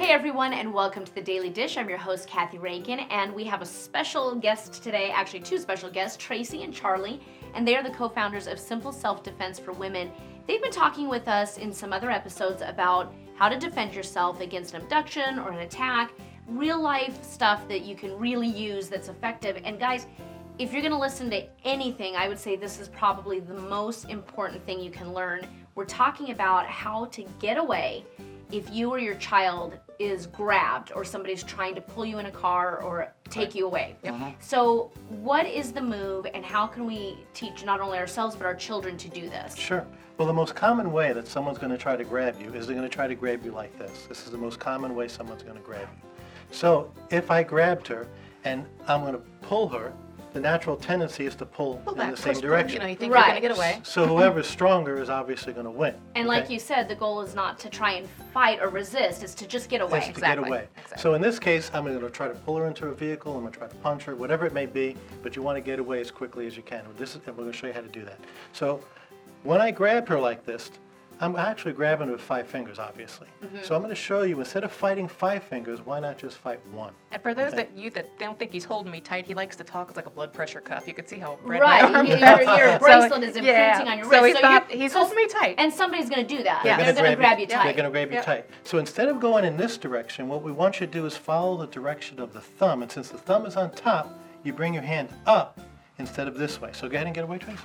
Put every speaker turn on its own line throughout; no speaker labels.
everyone, and welcome to the Daily Dish. I'm your host, Kathy Rankin, and we have a special guest today actually, two special guests, Tracy and Charlie, and they are the co founders of Simple Self Defense for Women. They've been talking with us in some other episodes about how to defend yourself against an abduction or an attack, real life stuff that you can really use that's effective. And guys, if you're going to listen to anything, I would say this is probably the most important thing you can learn. We're talking about how to get away if you or your child is grabbed or somebody's trying to pull you in a car or take you away. So, what is the move and how can we teach not only ourselves but our children to do this?
Sure. Well, the most common way that someone's going to try to grab you is they're going to try to grab you like this. This is the most common way someone's going to grab you. So if I grabbed her and I'm going to pull her, the natural tendency is to pull, in the same
You know,
direction.
you think
Right.
you're gonna get away.
So whoever's stronger is obviously going to win.
And like
okay?
you said, the goal is not to try and fight or resist, it's to just get away.
is to
Exactly.
get away.
Exactly.
So in this case, I'm going to try to pull her into a vehicle. I'm going to try to punch her, whatever it may be. But you want to get away as quickly as you can. This is, and we're going to show you how to do that. So when I grab her like this, I'm actually grabbing her with five fingers, obviously.
Mm-hmm.
So I'm going to show you instead of fighting five fingers, why not just fight one?
And for those that you that don't think he's holding me tight, he likes to talk. It's like a blood pressure cuff. You could see how red
Right,
my arm
your-
is.
your
So,
bracelet is imprinting on your
So
wrist,
he's
so
not.
you-
He's holding me tight.
And somebody's going to do that.
Yeah.
They're going to grab you
They're
tight.
going to grab you
Yeah.
tight. So instead of going in this direction, what we want you to do is follow the direction of the thumb. And since the thumb is on top, you bring your hand up instead of this way. So go ahead and get away, Trace.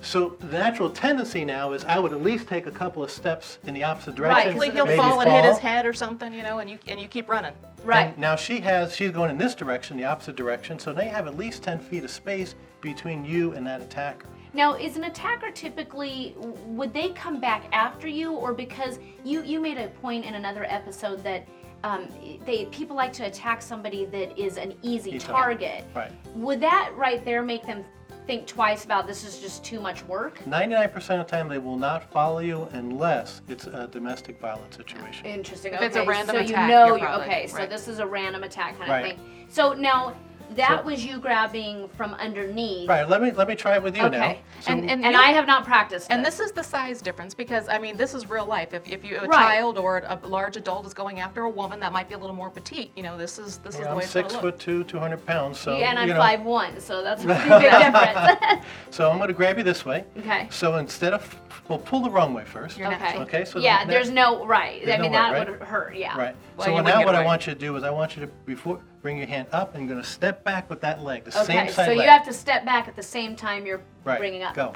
So the natural tendency now is I would at least take a couple of steps in the opposite direction.
Hopefully he'll
maybe
fall and hit his head or something, you know, and you and you keep running.
Right.
And now she has, she's going in this direction, the opposite direction. So now you have at least 10 feet of space between you and that attacker.
Now, is an attacker typically would they come back after you, or because you you made a point in another episode that um, they people like to attack somebody that is an easy
Easy target.
target?
Right.
Would that right there make them think twice about this is just too much work?
99% of the time, they will not follow you unless it's a domestic violence situation.
Interesting.
If
okay.
it's a random
so
attack,
you know
you're
you
probably-
okay. So
right.
this is a random attack kind
Right.
of thing. So now that
So-
was you grabbing from underneath,
Right. Let me let me try it with you now.
Okay.
So
and and,
and
you-
I have not practiced.
And
this.
this is the size difference because I mean this is real life. If, if you a
Right.
child or a large adult is going after a woman that might be a little more petite, you know this is this is the
I'm
way it's
six
gonna
foot
look.
two, 200 pounds. So
yeah, and I'm
you know,
five one, so that's a pretty big difference.
So I'm going to grab you this way.
Okay.
So instead of we'll pull the wrong way 1st
You're not-
Okay.
Okay, so
yeah,
the-
there's no right.
There's
I mean,
no
that
right, right?
would hurt. Yeah.
Right.
Well, you
so
wouldn't
now
get
what
it
I
right.
want you to do is I want you to before bring your hand up and you're going to step back with that leg, the
Okay.
same side
So
leg.
you have to step back at the same time you're
right.
bringing up.
Go.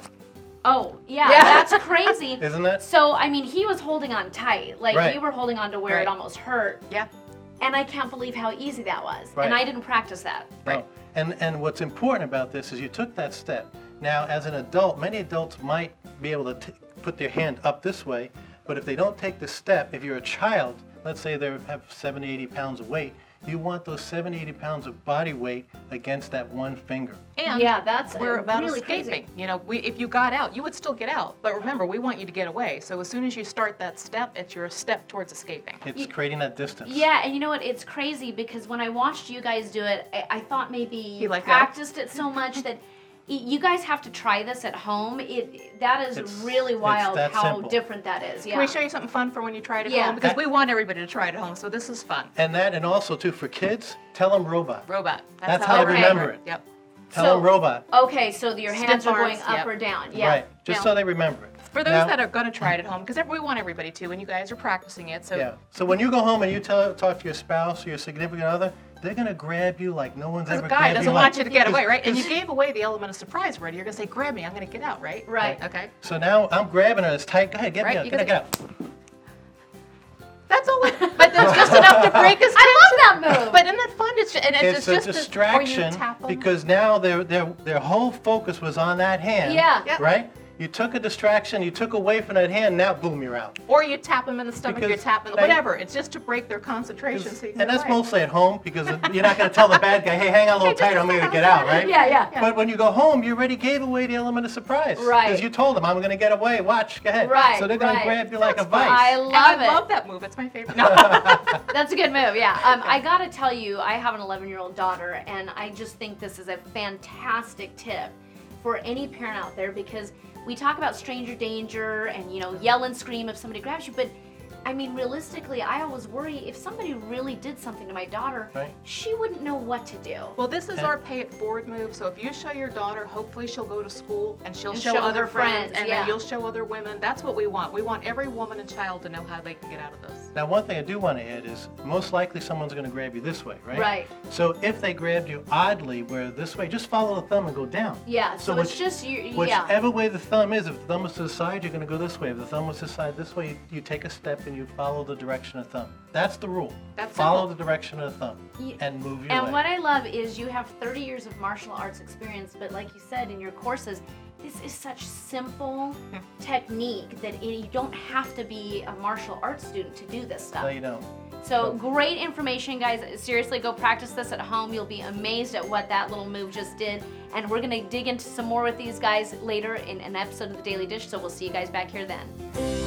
Oh, yeah,
Yeah.
That's crazy.
Isn't it?
So I mean, he was holding on tight. Like
Right.
you were holding on to where it
Right.
almost hurt.
Yeah.
And I can't believe how easy that was.
Right.
And I didn't practice that.
Right. Oh, And and what's important about this is you took that step. Now, as an adult, many adults might be able to t- put their hand up this way, but if they don't take the step, if you're a child, let's say they have 70, 80 pounds of weight, you want those 70, 80 pounds of body weight against that one finger.
And
Yeah, that's, uh,
we're about
really crazy.
escaping. You know, we, if you got out, you would still get out. But remember, we want you to get away. So as soon as you start that step, it's your step towards escaping.
It's creating that distance.
Yeah, and you know what? It's crazy because when I watched you guys do it, I, I thought maybe you
let go.
practiced it so much that y- you guys have to try this at home. It that is
It's-
really
it's
wild
that
how
simple.
different that is. Yeah.
Can we show you something fun for when you try it at
Yeah.
home? Because
That-
we want everybody to try it at home. So this is fun.
And that, and also too, for kids, tell them robot.
Robot.
That's how
they
I
remember it.
Yep.
Tell
So-
them robot.
Okay, so your hands
Stiff
are going
arms,
up
yep.
or down. Yeah.
Right. Just
oh, Now-
so they remember it.
For those
Now-
that are going to try it at home, because we want everybody to, and you guys are practicing it. So
Yeah. So when you go home and you tell, talk to your spouse or your significant other, they're gonna grab you like no one's
Because
ever
a
grabbed
guy
you
doesn't
like.
want you to get away, right? And you
Just-
gave away the element of surprise already. You're going to say, grab me, I'm going to get out, right?
Right.
Okay.
So now I'm grabbing her as tight. Go ahead, get
Right,
me out.
you
Get,
gotta-
out, get out.
That's all. it- but that's just enough to break his
I love that move.
But isn't it fun? It's, and it's,
It's,
it's just
a
the- or you
distraction
tap 'em.
because now their their their whole focus was on that hand.
Yeah.
Yeah.
Right. You took a distraction. You took away from that hand. Now boom, you're out.
Or you tap them in the stomach, you
Because
tap them,
they-
whatever. It's just to break their concentration. So you
And
get
that's
away.
mostly at home because you're not going to tell the bad guy, hey, hang on a little
Hey, just
tighter, I'm
hang
going to
on
get
a
out,
little
right?
Yeah, yeah. Yeah.
But when you go home, you already gave away the element of surprise.
Right.
Because you told them, I'm going to get away, watch, go ahead.
Right,
So they're going
right.
to grab you like a
That's fun.
vice.
I
And
love
I
it.
love that move. It's my favorite. No.
That's a good move, yeah. Um, I gotta tell you, I have an 11 year old daughter, and I just think this is a fantastic tip for any parent out there because we talk about stranger danger and, you know, yell and scream if somebody grabs you, but I mean, realistically, I always worry if somebody really did something to my daughter,
Right.
she wouldn't know what to do.
Well, this is
And-
our pay it forward move. So if you show your daughter, hopefully she'll go to school and she'll
And
show,
show
other
her
friends,
friends,
and
yeah.
then you'll show other women. That's what we want. We want every woman and child to know how they can get out of this.
Now, one thing I do want to add is most likely someone's going to grab you this way, right?
Right.
So if they grabbed you oddly, where this way, just follow the thumb and go down.
yeah, so, it's
which-
just you. Yeah.
Whichever way the thumb is, if the thumb was to the side, you're going to go this way. If the thumb was to the side this way, you, you take a step and you follow the direction of thumb. That's the rule.
That's
follow
simple.
the direction of the thumb
Ye-
and move your
and
way.
what I love is you have 30 years of martial arts experience, but like you said in your courses, this is such simple technique that it, you don't have to be a martial arts student to do this stuff.
no, you don't.
So great information, guys. Seriously, go practice this at home. You'll be amazed at what that little move just did. And we're gonna dig into some more with these guys later in an episode of the Daily Dish. So we'll see you guys back here then.